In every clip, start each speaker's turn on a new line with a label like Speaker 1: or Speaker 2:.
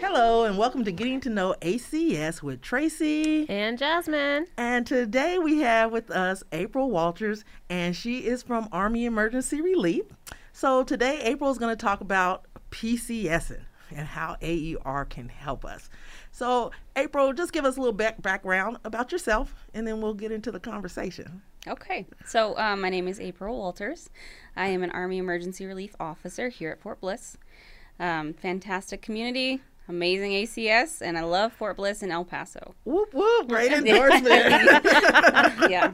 Speaker 1: Hello and welcome to Getting to Know ACS with Tracy.
Speaker 2: And Jasmine.
Speaker 1: And today we have with us April Walters, and she is from Army Emergency Relief. So today April is going to talk about PCSing and how AER can help us. So April, just give us a little back- background about yourself, and then we'll get into the conversation.
Speaker 3: Okay, so um, my name is April Walters. I am an Army Emergency Relief Officer here at Fort Bliss. Um, fantastic community, amazing ACS, and I love Fort Bliss and El Paso.
Speaker 1: Whoop whoop! Great endorsement.
Speaker 3: Yeah,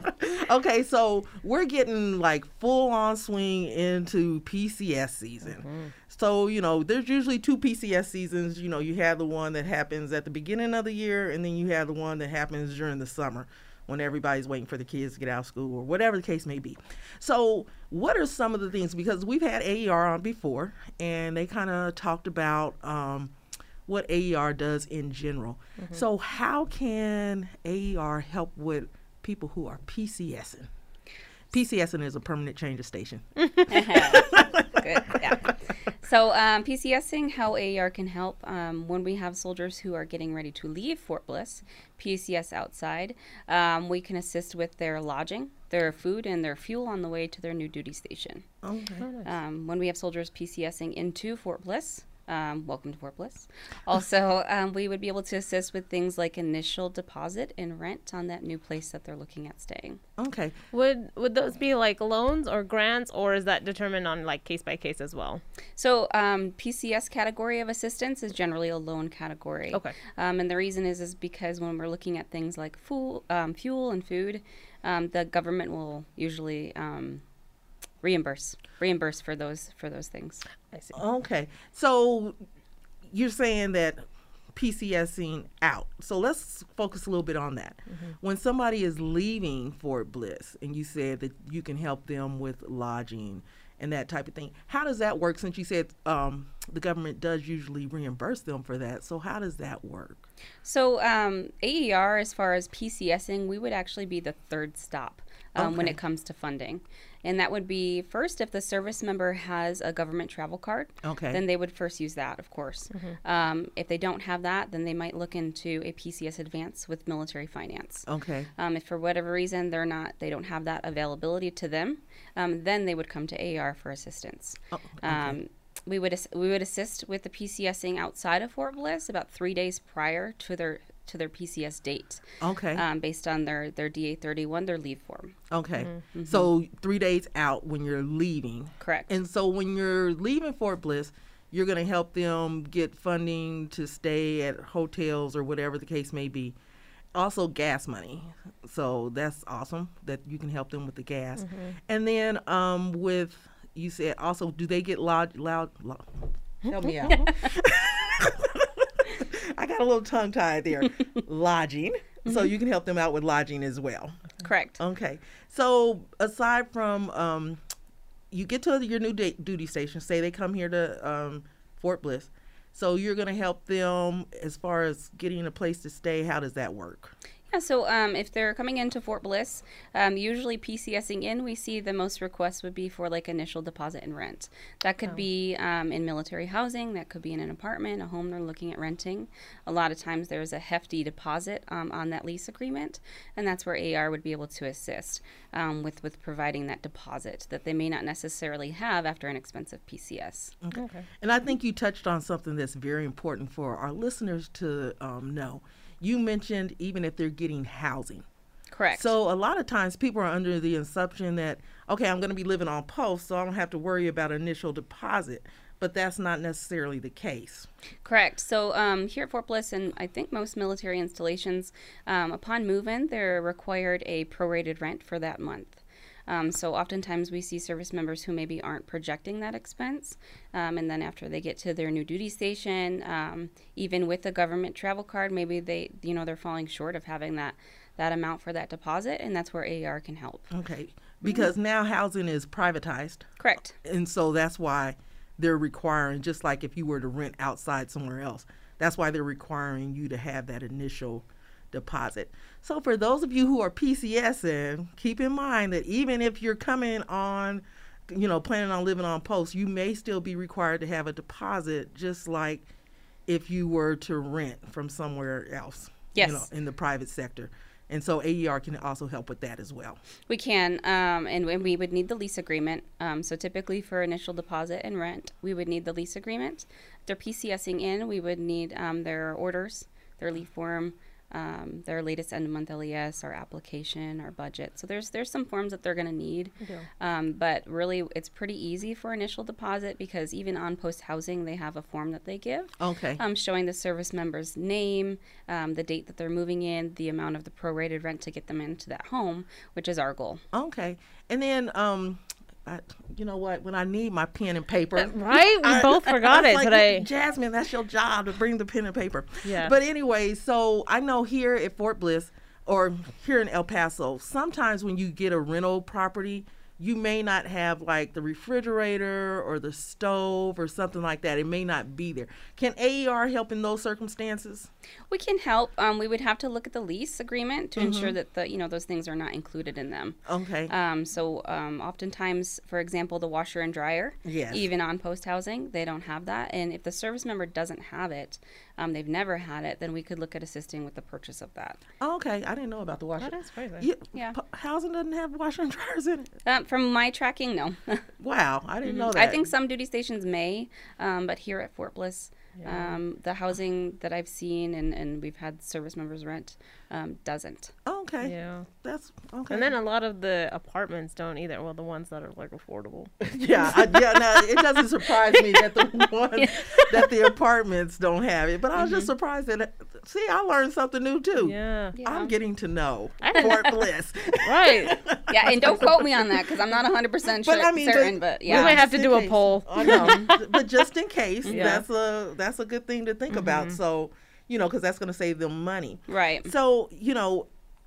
Speaker 1: okay, so we're getting like full on swing into PCS season. So, you know, there's usually two PCS seasons. You know, you have the one that happens at the beginning of the year, and then you have the one that happens during the summer when everybody's waiting for the kids to get out of school or whatever the case may be. So, what are some of the things? Because we've had AER on before, and they kind of talked about um, what AER does in general. So, how can AER help with people who are PCSing? PCSing is a permanent change of station.
Speaker 3: good. Yeah. So um, PCSing, how AER can help um, when we have soldiers who are getting ready to leave Fort Bliss, PCS outside, um, we can assist with their lodging, their food, and their fuel on the way to their new duty station.
Speaker 1: Okay.
Speaker 3: Um, when we have soldiers PCSing into Fort Bliss, um, welcome to Fort Bliss. Also, um, we would be able to assist with things like initial deposit and rent on that new place that they're looking at staying.
Speaker 1: Okay.
Speaker 2: Would would those be like loans or grants or is that determined on like case by case as well?
Speaker 3: So, um, PCS category of assistance is generally a loan category.
Speaker 2: Okay.
Speaker 3: Um, and the reason is is because when we're looking at things like fuel, um, fuel and food, um, the government will usually um, reimburse reimburse for those for those things.
Speaker 2: I see.
Speaker 1: Okay. So you're saying that PCSing out. So let's focus a little bit on that.
Speaker 3: Mm-hmm.
Speaker 1: When somebody is leaving Fort Bliss and you said that you can help them with lodging and that type of thing, how does that work since you said um, the government does usually reimburse them for that? So how does that work?
Speaker 3: So um, AER, as far as PCSing, we would actually be the third stop um, when
Speaker 1: Okay.
Speaker 3: it comes to funding, and that would be first if the service member has a government travel card.
Speaker 1: Okay. Mm-hmm.
Speaker 3: Then they would first use that, of course. Um, if they don't have that, then they might look into a PCS advance with military finance.
Speaker 1: Okay.
Speaker 3: Um, if for whatever reason they're not, they don't have that availability to them, um, then they would come to AR for assistance. Um, we would ass- we would assist with the PCSing outside of Fort Bliss about three days prior to their to their PCS date,
Speaker 1: Okay.
Speaker 3: um, based on their their DA thirty one their leave form.
Speaker 1: okay. So three days out when you're leaving.
Speaker 3: Correct.
Speaker 1: And so when you're leaving Fort Bliss, you're going to help them get funding to stay at hotels or whatever the case may be. Also, gas money. So that's awesome that you can help them with the gas. And then um, with, you said also, do they get lodge, loud, loud, help me out. I got a little tongue tied there. lodging. So you can help them out with lodging as well.
Speaker 3: Correct.
Speaker 1: Okay. So aside from um, you get to your new da- duty station, say they come here to um, Fort Bliss. So you're going to help them as far as getting a place to stay. How does that work?
Speaker 3: Yeah, so um, if they're coming into Fort Bliss, um, usually PCSing in, we see the most requests would be for like initial deposit and rent. That could be um, in military housing, that could be in an apartment, a home they're looking at renting. A lot of times there's a hefty deposit um, on that lease agreement, and that's where AR would be able to assist um, with, with providing that deposit that they may not necessarily have after an expensive PCS.
Speaker 2: Okay.
Speaker 1: And I think you touched on something that's very important for our listeners to um, know. You mentioned even if they're getting housing.
Speaker 3: Correct.
Speaker 1: So a lot of times people are under the assumption that okay, I'm going to be living on post, so I don't have to worry about initial deposit. But that's not necessarily the case.
Speaker 3: Correct. So um, here at Fort Bliss, and I think most military installations, um, upon move-in, they're required a prorated rent for that month. Um, so oftentimes we see service members who maybe aren't projecting that expense, um, and then after they get to their new duty station, um, even with a government travel card, maybe they, you know, they're falling short of having that that amount for that deposit, and that's where AER can help.
Speaker 1: Okay, because now housing is privatized,
Speaker 3: Correct.
Speaker 1: and so that's why they're requiring, just like if you were to rent outside somewhere else, that's why they're requiring you to have that initial deposit. So for those of you who are PCSing, keep in mind that even if you're coming on, you know, planning on living on post, you may still be required to have a deposit, just like if you were to rent from somewhere else.
Speaker 3: Yes.
Speaker 1: You know, in the private sector. And so AER can also help with that as well.
Speaker 3: We can, um, and when we would need the lease agreement. Um, so typically for initial deposit and rent, we would need the lease agreement. If they're PCSing in, we would need um, their orders, their leaf form, um, their latest end of month LES, our application, our budget. So there's there's some forms that they're going to need. Um, but really, it's pretty easy for initial deposit because even on post housing, they have a form that they give
Speaker 1: Okay.
Speaker 3: um, showing the service member's name, um, the date that they're moving in, the amount of the prorated rent to get them into that home, which is our goal.
Speaker 1: Okay. And then, um, I, you know what? When I need my pen and paper,
Speaker 2: Right? Uh, We
Speaker 1: I-
Speaker 2: both
Speaker 1: I- I
Speaker 2: forgot
Speaker 1: was
Speaker 2: it
Speaker 1: like,
Speaker 2: today.
Speaker 1: Jasmine, that's your job to bring the pen and paper.
Speaker 2: Yeah.
Speaker 1: But anyway, so I know here at Fort Bliss or here in El Paso, sometimes when you get a rental property, you may not have like the refrigerator or the stove or something like that. It may not be there. Can AER help in those circumstances?
Speaker 3: We can help. Um, we would have to look at the lease agreement to ensure that the you know those things are not included in them.
Speaker 1: Okay.
Speaker 2: Uh,
Speaker 3: Um, so um, oftentimes, for example, the washer and dryer,
Speaker 1: Yes.
Speaker 3: even on post housing, they don't have that. And if the service member doesn't have it, um, they've never had it, then we could look at assisting with the purchase of that.
Speaker 1: okay. I didn't know about the washer.
Speaker 2: That is crazy.
Speaker 1: You-
Speaker 3: Yeah.
Speaker 1: p- housing doesn't have washer and dryers in it.
Speaker 3: Um, from my tracking, no.
Speaker 1: Wow, I
Speaker 2: Mm-hmm.
Speaker 1: didn't know that.
Speaker 3: I think some duty stations may, um, but here at Fort Bliss, um, the housing that I've seen and, and we've had service members rent um, doesn't.
Speaker 1: Oh, Okay.
Speaker 2: Yeah.
Speaker 1: That's okay.
Speaker 2: And then a lot of the apartments don't either. Well, the ones that are like affordable.
Speaker 1: yeah, I, yeah. No, it doesn't surprise me that the one that the apartments don't have it. But I was just surprised that. See, I learned something new too.
Speaker 2: Mm-hmm. Yeah.
Speaker 1: I'm getting to know
Speaker 2: I didn't-
Speaker 1: Fort Bliss.
Speaker 2: Right.
Speaker 3: Yeah, and don't quote me on that because I'm not 100% sure,
Speaker 1: But I mean, but-
Speaker 3: certain, but yeah.
Speaker 2: We might have to
Speaker 1: Just
Speaker 2: do
Speaker 1: in
Speaker 2: a
Speaker 1: case.
Speaker 2: poll.
Speaker 1: I know, but just in case,
Speaker 2: Yeah. Mm-hmm.
Speaker 1: that's a that's a good thing to think about. So, you know, because that's going to save them money.
Speaker 3: Right.
Speaker 1: So, you know,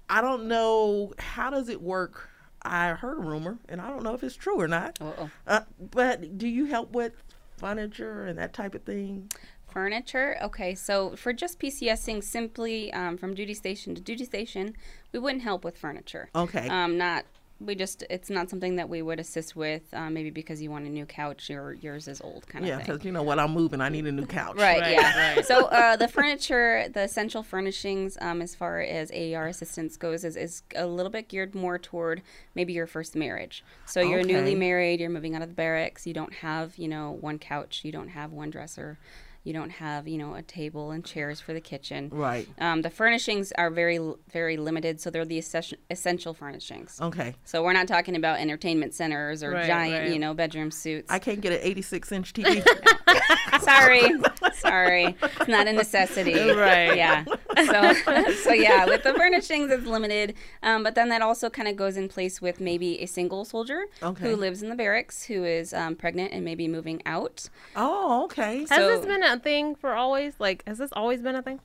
Speaker 1: I don't know how does it work. I heard a rumor, and I don't know if it's true or not.
Speaker 3: Uh-oh.
Speaker 1: Uh, but do you help with furniture and that type of thing?
Speaker 3: Furniture. Okay, so for just PCSing simply um, from duty station to duty station, we wouldn't help with furniture.
Speaker 1: Okay.
Speaker 3: Um, not we just it's not something that we would assist with. Um, maybe because you want a new couch, your yours is old kind
Speaker 1: yeah,
Speaker 3: of thing.
Speaker 1: because you know what, I'm moving. I need a new couch.
Speaker 3: Right,
Speaker 2: Right,
Speaker 3: yeah.
Speaker 2: right.
Speaker 3: So uh, the furniture, the essential furnishings, um, as far as AER assistance goes, is, is a little bit geared more toward maybe your first marriage. So you're
Speaker 1: Okay.
Speaker 3: newly married, you're moving out of the barracks, you don't have, you know, one couch, you don't have one dresser, you don't have, you know, a table and chairs for the kitchen.
Speaker 1: Right.
Speaker 3: Um, the furnishings are very, very limited, so they're the essen- essential furnishings.
Speaker 1: Okay.
Speaker 3: So we're not talking about entertainment centers or
Speaker 2: Right,
Speaker 3: giant,
Speaker 2: right.
Speaker 3: you know, bedroom suites.
Speaker 1: I can't get an 86 inch TV.
Speaker 3: sorry sorry it's not a necessity
Speaker 2: Right.
Speaker 3: yeah so so yeah with the furnishings it's limited um, but then that also kind of goes in place with maybe a single soldier
Speaker 1: Okay.
Speaker 3: who lives in the barracks who is um, pregnant and maybe moving out
Speaker 1: oh, okay.
Speaker 2: Has
Speaker 3: So-
Speaker 2: this been a thing for always? Like, has this always been a thing?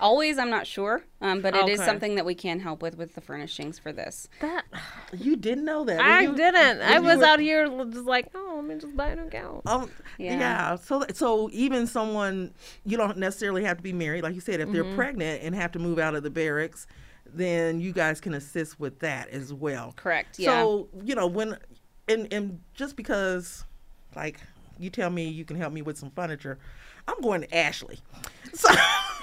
Speaker 3: always i'm not sure um, but it is
Speaker 2: Okay.
Speaker 3: something that we can help with with the furnishings for this
Speaker 2: That
Speaker 1: You didn't know that.
Speaker 2: I
Speaker 1: Were you-
Speaker 2: didn't. I
Speaker 1: you
Speaker 2: was
Speaker 1: were-
Speaker 2: out here l- just like, oh, let me just buy a new couch.
Speaker 1: Oh, yeah.
Speaker 3: Yeah.
Speaker 1: So, so even someone you don't necessarily have to be married, like you said, if
Speaker 3: Mm-hmm.
Speaker 1: they're pregnant and have to move out of the barracks, then you guys can assist with that as well.
Speaker 3: correct yeah
Speaker 1: So you know when, and and just because, like you tell me you can help me with some furniture, I'm going to Ashley. So.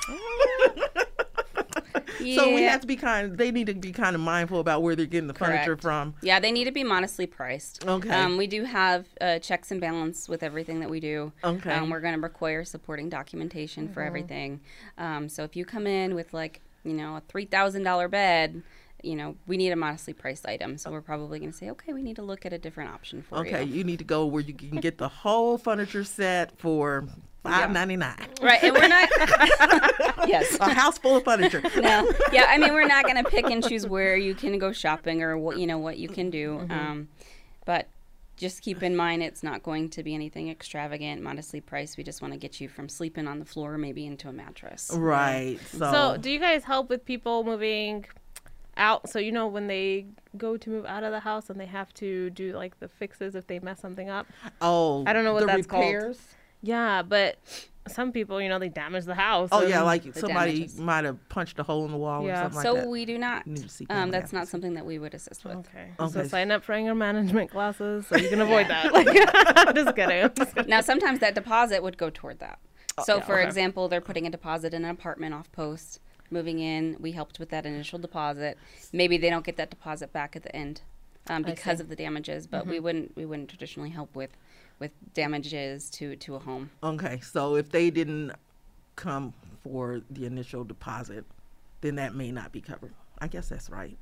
Speaker 1: So we
Speaker 3: Oh. Yeah.
Speaker 1: have to be kind. They need to be kind of mindful about where they're getting the furniture
Speaker 3: Correct.
Speaker 1: from.
Speaker 3: Yeah, they need to be modestly priced.
Speaker 1: Okay.
Speaker 3: Um, we do have uh, checks and balance with everything that we do.
Speaker 1: Okay. Mm-hmm.
Speaker 3: Um, we're going to require supporting documentation for everything. Um, so if you come in with like, you know, a three thousand dollar bed, you know, we need a modestly priced item. So we're probably going to say, okay, we need to look at a different option for
Speaker 1: Okay,
Speaker 3: you.
Speaker 1: you need to go where you can get the whole furniture set for five ninety nine.
Speaker 3: Right, and we're not. yes.
Speaker 1: A house full of furniture.
Speaker 3: no. Yeah, I mean, we're not going to pick and choose where you can go shopping or what you know what you can do.
Speaker 1: Mm-hmm.
Speaker 3: Um, but just keep in mind, it's not going to be anything extravagant, modestly priced. We just want to get you from sleeping on the floor maybe into a mattress.
Speaker 1: Right. So,
Speaker 2: So, do you guys help with people moving out? So you know when they go to move out of the house and they have to do like the fixes if they mess something up.
Speaker 1: oh,
Speaker 2: I don't know what
Speaker 1: the
Speaker 2: that's called.
Speaker 1: repairs?
Speaker 2: Yeah, but some people, you know, they damage the house.
Speaker 1: Oh
Speaker 2: and-
Speaker 1: yeah, like somebody
Speaker 3: damages.
Speaker 1: might have punched a hole in the wall
Speaker 2: Yeah.
Speaker 1: or something
Speaker 3: so
Speaker 1: like that.
Speaker 3: we do not.
Speaker 1: Need to seek
Speaker 3: Um,
Speaker 1: family
Speaker 3: that's not something that we would assist with.
Speaker 2: Okay.
Speaker 1: Okay.
Speaker 2: So sign up for anger management classes so you can avoid that. Like, just kidding. I'm just kidding.
Speaker 3: Now, sometimes that deposit would go toward that. So,
Speaker 2: yeah,
Speaker 3: for
Speaker 2: okay.
Speaker 3: example, they're putting a deposit in an apartment off post, moving in. We helped with that initial deposit. Maybe they don't get that deposit back at the end um,
Speaker 2: I
Speaker 3: because
Speaker 2: see. Mm-hmm.
Speaker 3: of the damages, but we wouldn't we wouldn't traditionally help with with damages to to a home.
Speaker 1: Okay, so if they didn't come for the initial deposit, then that may not be covered. I guess that's right.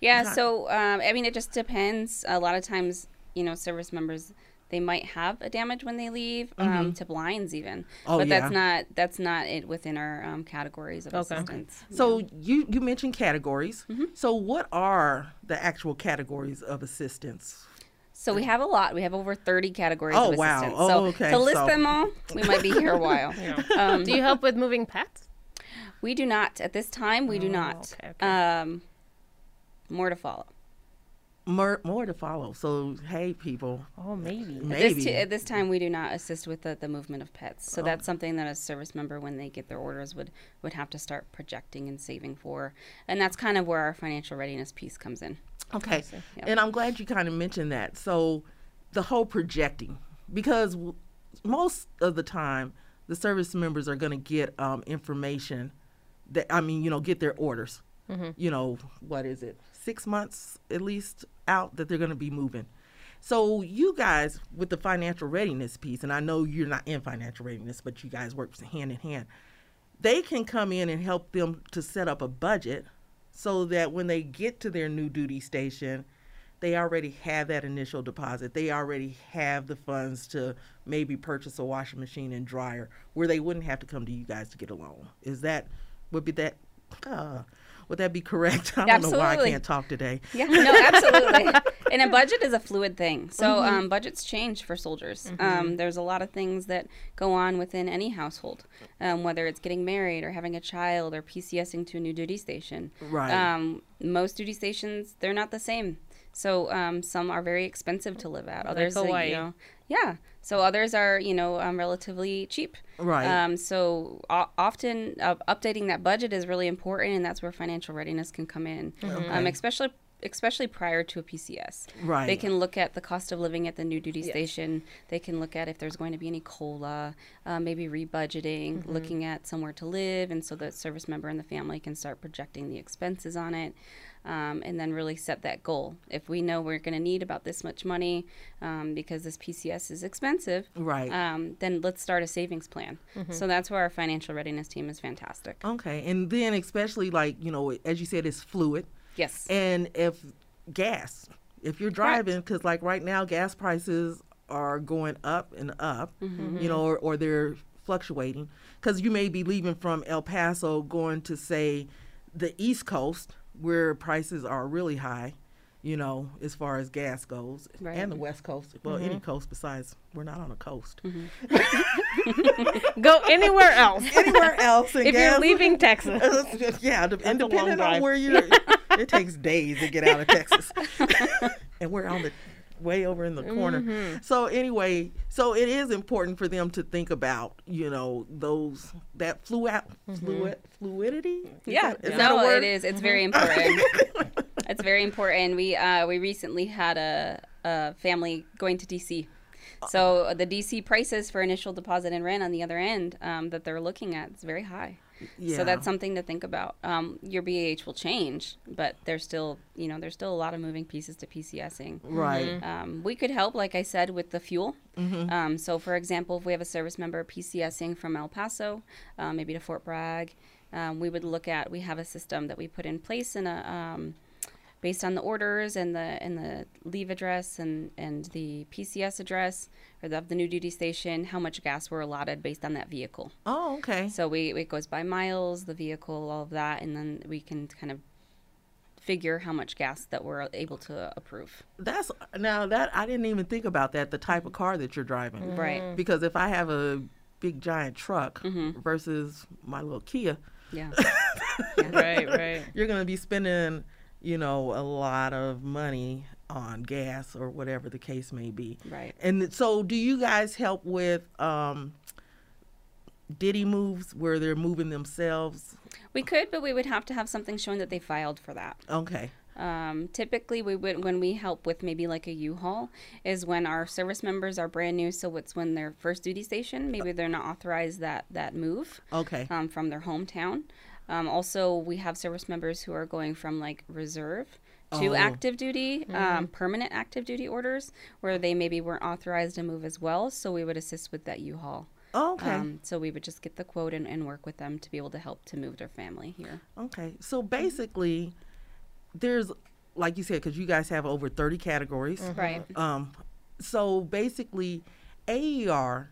Speaker 3: Yeah,
Speaker 1: Not-
Speaker 3: so um, I mean, it just depends. A lot of times, you know, service members they might have a damage when they leave
Speaker 2: Mm-hmm.
Speaker 3: um, to blinds, even.
Speaker 1: Oh,
Speaker 3: but that's
Speaker 1: yeah.
Speaker 3: not that's not it within our um, categories of
Speaker 2: Okay.
Speaker 3: assistance.
Speaker 1: So you you mentioned categories.
Speaker 2: Mm-hmm.
Speaker 1: So what are the actual categories of assistance?
Speaker 3: So we have a lot. We have over thirty categories.
Speaker 1: Oh,
Speaker 3: of
Speaker 1: wow.
Speaker 3: assistance.
Speaker 1: Oh,
Speaker 3: So
Speaker 1: okay.
Speaker 3: to list
Speaker 1: So-
Speaker 3: them all, we might be here a while. um,
Speaker 2: Do you help with moving pets?
Speaker 3: we do not at this time. We do not.
Speaker 2: Oh, okay, okay.
Speaker 3: Um, more to follow.
Speaker 1: More, more to follow. So hey, people,
Speaker 2: Oh, maybe.
Speaker 3: This
Speaker 1: maybe Oh.
Speaker 3: t- at this time, we do not assist with the, the movement of pets. So that's something that a service member, when they get their orders, would would have to start projecting and saving for. And that's kind of where our financial readiness piece comes in.
Speaker 1: Okay.
Speaker 3: yeah.
Speaker 1: And I'm glad you kind of mentioned that. So, the whole projecting, because w- most of the time, the service members are going to get um, information that, I mean, you know, get their orders.
Speaker 3: Mm-hmm.
Speaker 1: You know, what is it? Six months at least out that they're going to be moving. So, you guys with the financial readiness piece, and I know you're not in financial readiness, but you guys work hand in hand they can come in and help them to set up a budget so that when they get to their new duty station, they already have that initial deposit. They already have the funds to maybe purchase a washing machine and dryer where they wouldn't have to come to you guys to get a loan. Is that, would be that, uh, would that be correct? I don't know why I
Speaker 3: Absolutely.
Speaker 1: can't talk today.
Speaker 3: Yeah, no, absolutely. and a budget is a fluid thing. So
Speaker 1: Mm-hmm.
Speaker 3: um, budgets change for soldiers. Um, there's a lot of things that go on within any household, um, whether it's getting married or having a child or PCSing to a new duty station.
Speaker 1: Right.
Speaker 3: Um, most duty stations, they're not the same. So um, some are very expensive to live at. Others, uh,
Speaker 2: Hawaii.
Speaker 3: you know, yeah. So others are, you know, um, relatively cheap.
Speaker 1: Right.
Speaker 3: Um, so o- often uh, updating that budget is really important, and that's where financial readiness can come in,
Speaker 1: Mm-hmm.
Speaker 3: um, especially especially prior to a PCS.
Speaker 1: Right.
Speaker 3: They can look at the cost of living at the new duty station. They can look at if there's going to be any cola, uh, maybe rebudgeting,
Speaker 1: Mm-hmm.
Speaker 3: looking at somewhere to live, and so the service member and the family can start projecting the expenses on it. Um, and then really set that goal. If we know we're going to need about this much money um, because this PCS is expensive,
Speaker 1: Right.
Speaker 3: um, then let's start a savings plan.
Speaker 1: Mm-hmm.
Speaker 3: So that's where our financial readiness team is fantastic.
Speaker 1: Okay. And then, especially like, you know, as you said, it's fluid.
Speaker 3: Yes.
Speaker 1: And if gas, if you're driving, because like right now, gas prices are going up and up, you know, or, or they're fluctuating. Because you may be leaving from El Paso going to, say, the East Coast, where prices are really high, you know, as far as gas goes,
Speaker 3: Right.
Speaker 1: and the West Coast. Well, any coast besides, we're not on a coast.
Speaker 2: Go anywhere else.
Speaker 1: Anywhere else, and
Speaker 2: if
Speaker 1: gas-
Speaker 2: you're leaving Texas.
Speaker 1: yeah, de- and
Speaker 2: long
Speaker 1: depending on
Speaker 2: drive.
Speaker 1: where you're, it takes days to get out of Texas, and we're on the way over in the corner.
Speaker 3: Mm-hmm.
Speaker 1: So anyway, so it is important for them to think about you know those that fluid fluid fluidity. Is
Speaker 3: Mm-hmm. yeah,
Speaker 1: that- is that a
Speaker 3: no,
Speaker 1: word? Mm-hmm.
Speaker 3: it is. It's very important. it's very important. We uh, we recently had a, a family going to DC. So the DC prices for initial deposit and rent on the other end um, that they're looking at is very high.
Speaker 1: Yeah.
Speaker 3: So that's something to think about. Um, your BAH will change, but there's still you know there's still a lot of moving pieces to PCSing.
Speaker 1: Right.
Speaker 3: Um, we could help, like I said, with the fuel. Um, so, for example, if we have a service member PCSing from El Paso, uh, maybe to Fort Bragg, um, we would look at. We have a system that we put in place in a. Um, Based on the orders and the and the leave address and, and the PCS address or the, of the new duty station, how much gas we're allotted based on that vehicle.
Speaker 1: Oh, okay.
Speaker 3: So we it goes by miles, the vehicle, all of that, and then we can kind of figure how much gas that we're able to approve.
Speaker 1: That's now that I didn't even think about that. The type of car that you're driving,
Speaker 3: Mm-hmm. Right.
Speaker 1: Because if I have a big giant truck
Speaker 3: Mm-hmm.
Speaker 1: versus my little Kia,
Speaker 3: Yeah.
Speaker 2: right, right.
Speaker 1: you're going to be spending, you know, a lot of money on gas or whatever the case may be.
Speaker 3: Right.
Speaker 1: And th- so, do you guys help with um, Diddy moves where they're moving themselves?
Speaker 3: We could, but we would have to have something showing that they filed for that.
Speaker 1: Okay.
Speaker 3: Um, typically, we would when we help with maybe like a U-Haul is when our service members are brand new, so it's when their first duty station. Maybe they're not authorized that that move
Speaker 1: Okay.
Speaker 3: um, from their hometown. Um, also, we have service members who are going from like reserve to
Speaker 1: Oh.
Speaker 3: active duty, um, permanent active duty orders, where they maybe weren't authorized to move as well. So we would assist with that U-Haul.
Speaker 1: Okay.
Speaker 3: Um, so we would just get the quote and, and work with them to be able to help to move their family here.
Speaker 1: Okay. So basically, there's like you said, because you guys have over 30 categories.
Speaker 3: Right.
Speaker 1: Um, so basically, AER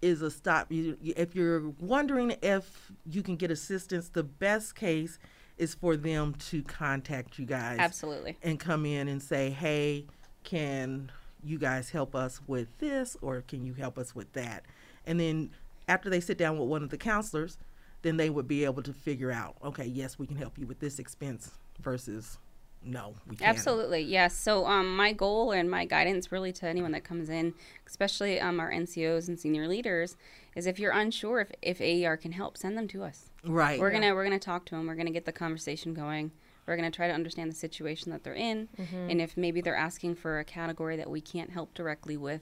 Speaker 1: is a stop. You, you- if you're wondering if you can get assistance, the best case is for them to contact you guys
Speaker 3: Absolutely.
Speaker 1: and come in and say, hey, can you guys help us with this or can you help us with that? And then after they sit down with one of the counselors, then they would be able to figure out, okay, yes, we can help you with this expense versus no, we can't.
Speaker 3: Absolutely, yes. So um, my goal and my guidance really to anyone that comes in, especially um, our NCOs and senior leaders, is if you're unsure if, if AER can help, send them to us.
Speaker 1: Right.
Speaker 3: We're gonna we're gonna talk to them. We're gonna get the conversation going. We're gonna try to understand the situation that they're in, and if maybe they're asking for a category that we can't help directly with,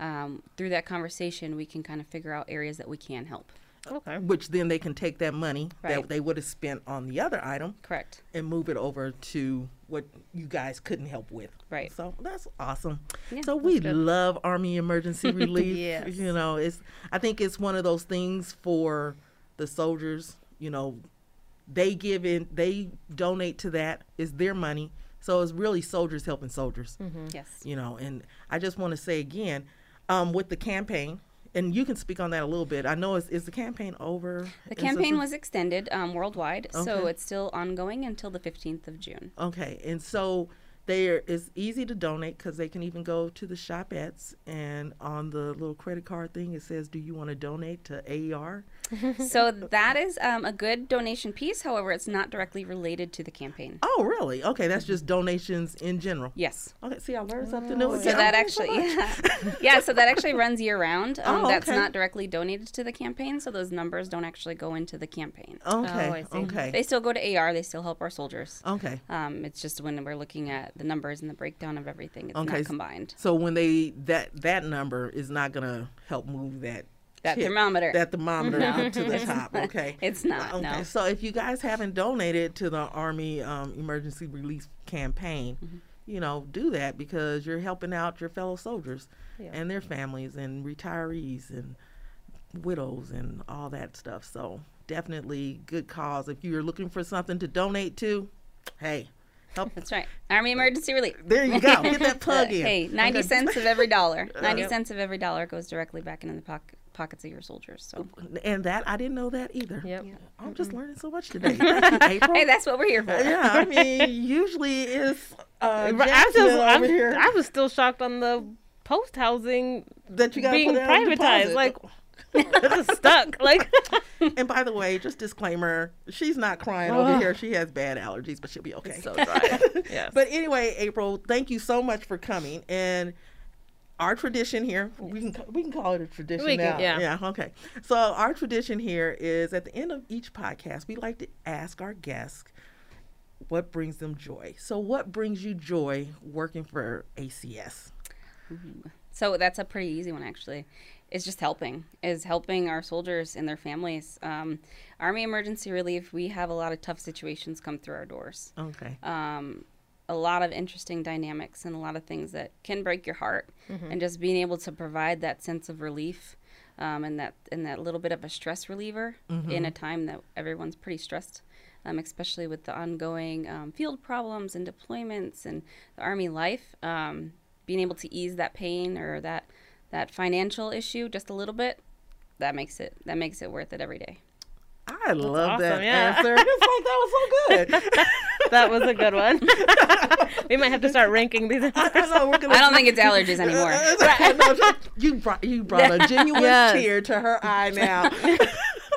Speaker 3: um, through that conversation we can kind of figure out areas that we can help.
Speaker 2: Okay.
Speaker 1: Which then they can take that money
Speaker 3: Right.
Speaker 1: that they would have spent on the other item
Speaker 3: Correct.
Speaker 1: and move it over to what you guys couldn't help with.
Speaker 3: Right.
Speaker 1: So that's awesome.
Speaker 3: Yeah,
Speaker 1: so we love Army Emergency Relief.
Speaker 2: Yes.
Speaker 1: You know, it's I think it's one of those things for the soldiers, you know, they give in they donate to that. It's their money. So it's really soldiers helping soldiers
Speaker 3: Yes.
Speaker 1: you know and i just want to say again um, with the campaign and you can speak on that a little bit i know it's, is the campaign over
Speaker 3: The
Speaker 1: Is
Speaker 3: campaign
Speaker 1: this-
Speaker 3: was extended um, worldwide, so
Speaker 1: Okay.
Speaker 3: it's still ongoing until the 15th of June.
Speaker 1: okay and so there it's easy to donate because they can even go to the shop ads and on the little credit card thing it says do you want to donate to E aer
Speaker 3: so that is um, a good donation piece. However, it's not directly related to the campaign.
Speaker 1: oh really okay that's just donations in general
Speaker 3: Yes.
Speaker 1: okay see i learned something new
Speaker 3: So
Speaker 1: again.
Speaker 3: that
Speaker 1: Oh, so much.
Speaker 3: actually, yeah. yeah, so that actually runs year round. Um,
Speaker 1: Oh,
Speaker 3: That's
Speaker 1: okay.
Speaker 3: not directly donated to the campaign, so those numbers don't actually go into the campaign.
Speaker 2: Oh,
Speaker 1: okay Oh.
Speaker 2: I see.
Speaker 1: okay
Speaker 3: They still go to AR. They still help our soldiers.
Speaker 1: okay
Speaker 3: Um, it's just when we're looking at the numbers and the breakdown of everything, it's
Speaker 1: Okay.
Speaker 3: not combined.
Speaker 1: so when they that that number is not gonna help move that
Speaker 3: That
Speaker 1: tip.
Speaker 3: thermometer.
Speaker 1: that thermometer to the top. Okay.
Speaker 3: it's not,
Speaker 1: Okay.
Speaker 3: no.
Speaker 1: So if you guys haven't donated to the Army um, Emergency Relief Campaign,
Speaker 3: Mm-hmm.
Speaker 1: you know, do that because you're helping out your fellow soldiers
Speaker 2: Yeah.
Speaker 1: and their families and retirees and widows and all that stuff. So definitely good cause. If you're looking for something to donate to, hey, help.
Speaker 3: That's right. Army Emergency Relief.
Speaker 1: There you go. Get that plug in.
Speaker 3: Hey, 90
Speaker 1: Okay.
Speaker 3: cents of every dollar. 90
Speaker 2: Yep.
Speaker 3: cents of every dollar goes directly back into the poc- pockets of your soldiers. So,
Speaker 1: And that I didn't know that either.
Speaker 2: Yep.
Speaker 3: Yeah.
Speaker 1: I'm just learning so much today. Thank you, April.
Speaker 3: hey, that's what we're here for.
Speaker 1: yeah, I mean, usually it's uh,
Speaker 2: Right, I
Speaker 1: Jacksonville
Speaker 2: just, I'm,
Speaker 1: over here
Speaker 2: I was still shocked on the post housing
Speaker 1: that you got
Speaker 2: being privatized. Like, I was stuck. Like,
Speaker 1: and by the way, just disclaimer: she's not crying over
Speaker 2: Ugh.
Speaker 1: here. She has bad allergies, but she'll be okay.
Speaker 2: so dry. Yes.
Speaker 1: But anyway, April, thank you so much for coming and. Our tradition here, we can ca- we can call it a tradition
Speaker 2: We can-
Speaker 1: now.
Speaker 2: yeah.
Speaker 1: okay. So our tradition here is at the end of each podcast, we like to ask our guests what brings them joy. So, what brings you joy working for ACS?
Speaker 3: So that's a pretty easy one, actually. It's just helping, is helping our soldiers and their families. Um, Army Emergency Relief, we have a lot of tough situations come through our doors.
Speaker 1: Okay.
Speaker 2: Uh,
Speaker 3: Um, a lot of interesting dynamics and a lot of things that can break your heart. And just being able to provide that sense of relief um, and that and that little bit of a stress reliever in a time that everyone's pretty stressed, um, especially with the ongoing um, field problems and deployments and the Army life. Um, being able to ease that pain or that that financial issue just a little bit, that makes it that makes it worth it every day.
Speaker 1: I love that
Speaker 2: awesome, yeah.
Speaker 1: answer. It's like that was so good.
Speaker 2: that was a good one. we might have to start ranking these.
Speaker 1: I, I know we're gonna.
Speaker 3: I don't think it's allergies anymore.
Speaker 1: no, just- you brought you brought a genuine
Speaker 2: Yes.
Speaker 1: tear to her eye now. that was so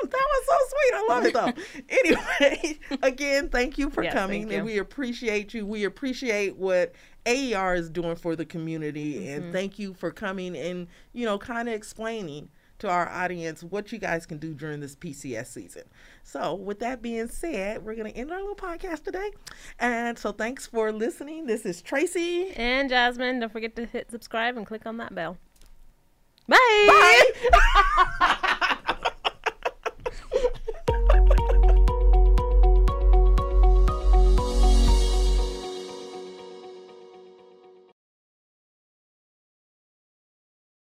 Speaker 1: sweet. I love it though. Anyway, again, thank you for
Speaker 2: Yes,
Speaker 1: coming,
Speaker 2: thank
Speaker 1: and
Speaker 2: you.
Speaker 1: we appreciate you. We appreciate what E
Speaker 2: Mm-hmm.
Speaker 1: AER is doing for the community, and thank you for coming and you know, kind of explaining to our audience what you guys can do during this PCS season. So, with that being said, we're going to end our little podcast today. And so, thanks for listening. This is Tracy.
Speaker 2: And Jasmine, don't forget to hit subscribe and click on that bell.
Speaker 1: Bye.